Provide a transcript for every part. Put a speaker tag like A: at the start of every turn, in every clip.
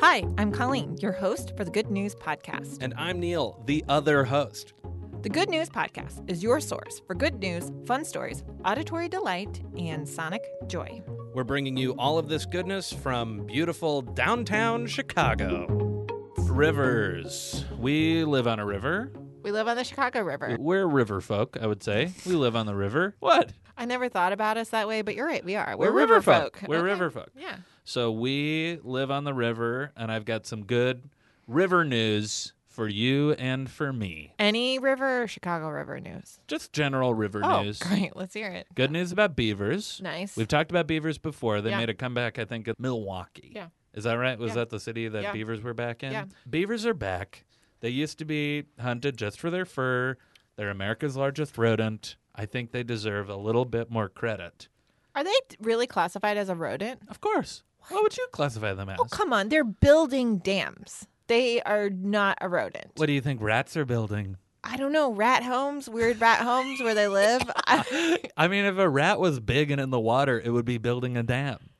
A: Hi, I'm Colleen, your host for the Good News Podcast.
B: And I'm Neil, the other host.
A: The Good News Podcast is your source for good news, fun stories, auditory delight, and sonic joy.
B: We're bringing you all of this goodness from beautiful downtown Chicago. Rivers. We live on a river.
A: We live on the Chicago River.
B: We're river folk, I would say. We live on the river. What?
A: I never thought about us that way, but you're right. We are.
B: We're river folk. We're
A: Okay.
B: river folk.
A: Yeah.
B: So we live on the river, and I've got some good river news for you and for me.
A: Any river, or Chicago River news.
B: Just general river
A: oh,
B: news.
A: great. Let's hear it.
B: Good news about beavers.
A: Nice.
B: We've talked about beavers before. They
A: Yeah.
B: made a comeback, I think, at Milwaukee.
A: Yeah.
B: Is that right? Was
A: Yeah.
B: that the city that
A: Yeah.
B: beavers were back in?
A: Yeah.
B: Beavers are back. They used to be hunted just for their fur. They're America's largest rodent. I think they deserve a little bit more credit.
A: Are they really classified as a rodent?
B: Of course. What, would you classify them as?
A: Oh, come on. They're building dams. They are not a rodent.
B: what do you think rats are building?
A: I don't know. Rat homes, weird rat homes where they live. I-
B: I mean, if a rat was big and in the water, it would be building a dam.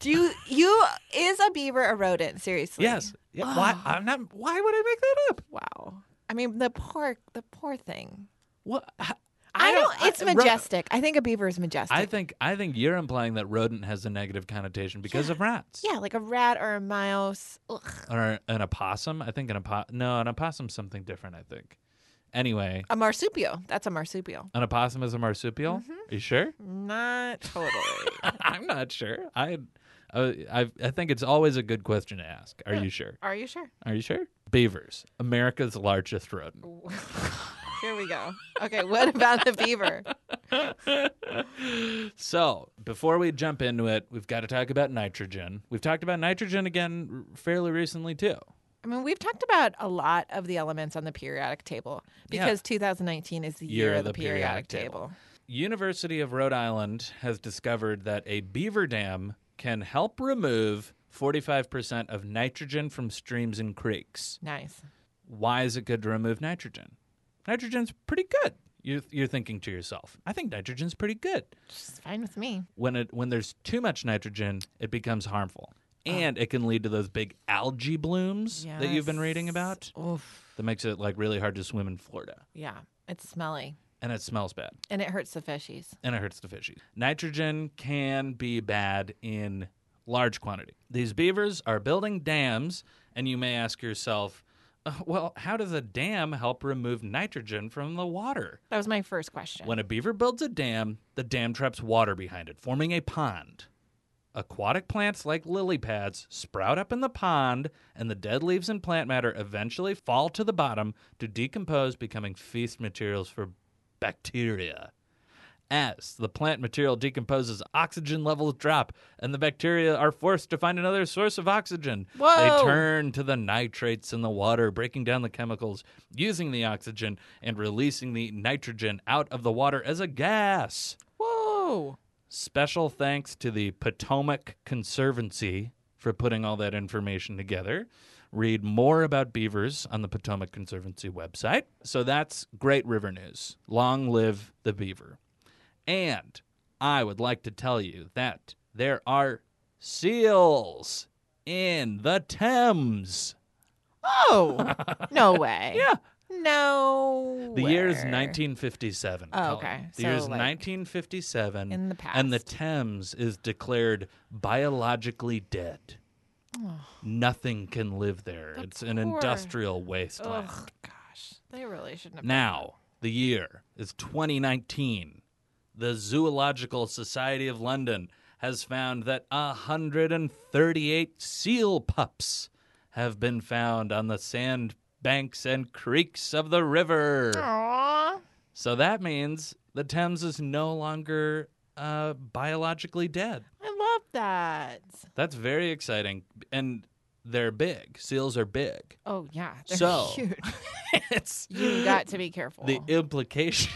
A: Do you, you is a beaver a rodent? Seriously?
B: Yes. Yeah, why? I'm not. Why would I make that up?
A: Wow. I mean, the poor, the poor thing.
B: What? I,
A: I, don't. it's
B: ro-
A: majestic. I think a beaver is majestic.
B: I think I think you're implying that rodent has a negative connotation because of rats.
A: yeah, like a rat or a mouse. Ugh.
B: Or an opossum. I think an opossum. No, an opossum's something different. I think. Anyway,
A: A marsupial. That's a marsupial.
B: an opossum is a marsupial. Are you sure?
A: Not totally.
B: I'm not sure. I, I, I, I think it's always a good question to ask. Are you sure?
A: Are you sure?
B: Are you sure? Beavers, America's largest rodent.
A: Here we go. Okay, what about the beaver?
B: So, before we jump into it, we've got to talk about nitrogen. We've talked about nitrogen again r- fairly recently, too.
A: I mean, we've talked about a lot of the elements on the periodic table
B: Yeah.
A: because 2019 is the year, of the, periodic, table.
B: University of Rhode Island has discovered that a beaver dam can help remove 45% of nitrogen from streams and creeks.
A: Nice.
B: Why is it good to remove nitrogen? Nitrogen's pretty good. You're, you're thinking to yourself, I think nitrogen's pretty good.
A: It's fine with me.
B: when it when there's too much nitrogen, it becomes harmful. And it can lead to those big algae blooms that you've been reading
A: Yes.
B: about
A: Oof.
B: that makes it like really hard to swim in Florida.
A: Yeah, it's smelly
B: And it smells bad
A: and it hurts the fishies.
B: and it hurts the fishies. Nitrogen can be bad in large quantity. These beavers are building dams and you may ask yourself, "Uh, well, how does a dam help remove nitrogen from the water?
A: That was my first question.
B: When a beaver builds a dam, the dam traps water behind it, forming a pond. Aquatic plants like lily pads sprout up in the pond, and the dead leaves and plant matter eventually fall to the bottom to decompose, becoming feast materials for bacteria. As the plant material decomposes, oxygen levels drop, and the bacteria are forced to find another source of oxygen.
A: Whoa.
B: They turn to the nitrates in the water, breaking down the chemicals, using the oxygen, and releasing the nitrogen out of the water as a gas.
A: Whoa.
B: Special thanks to the Potomac Conservancy for putting all that information together. Read more about beavers on the Potomac Conservancy website. So that's great river news. Long live the beaver. And I would like to tell you that there are seals in the Thames.
A: Oh, no way.
B: Yeah.
A: No.
B: The year is
A: way.
B: 1957.
A: Oh,
B: Colin.
A: okay.
B: The year
A: So,
B: is
A: like,
B: 1957.
A: in the
B: And the
A: past.
B: Thames is declared biologically dead. Nothing can live there. it's an
A: poor-
B: industrial wasteland.
A: Ugh, gosh. They really shouldn't have.
B: Now, the year is 2019. The Zoological Society of London has found that 138 seal pups have been found on the sand banks and creeks of the river.
A: Aww.
B: So that means the Thames is no longer uh, biologically dead.
A: I love that.
B: That's very exciting. And they're big. Seals are big.
A: Oh, yeah. They're
B: So-
A: huge.
B: it's
A: You got to be careful.
B: the implication.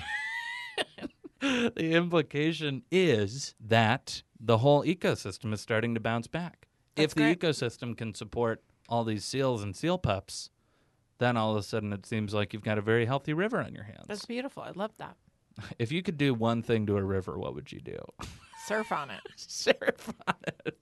B: the implication is that the whole ecosystem is starting to bounce back.
A: That's
B: if the
A: great.
B: ecosystem can support all these seals and seal pups, then all of a sudden it seems like you've got a very healthy river on your hands.
A: That's beautiful. I love that.
B: If you could do one thing to a river, what would you do?
A: Surf on it.
B: Sheriff on it.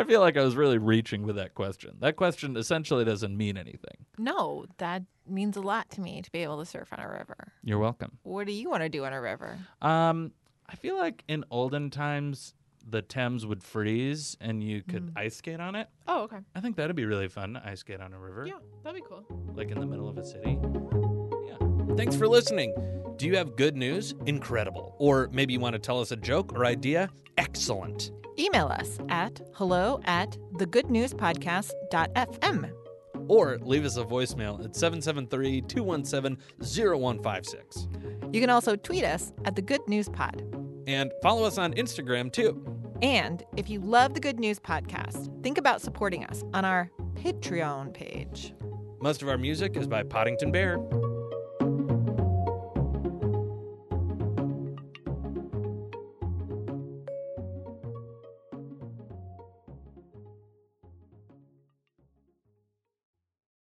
B: I feel like I was really reaching with that question. That question essentially doesn't mean anything.
A: No, that means a lot to me to be able to surf on a river.
B: You're welcome.
A: What do you want to do on a river?
B: Um, I feel like in olden times the Thames would freeze and you could ice skate on it.
A: Oh, okay.
B: I think that'd be really fun to ice skate on a river,
A: Yeah, that'd be cool.
B: like in the middle of a city.
C: Yeah. Thanks for listening. Do you have good news? Incredible. Or maybe you want to tell us a joke or idea? Excellent.
A: Email us at hello at thegoodnewspodcast.fm.
C: Or leave us a voicemail at 773 217 0156.
A: You can also tweet us at the Good News Pod.
C: And follow us on Instagram too.
A: And if you love the Good News Podcast, think about supporting us on our Patreon page.
C: Most of our music is by Poddington Bear.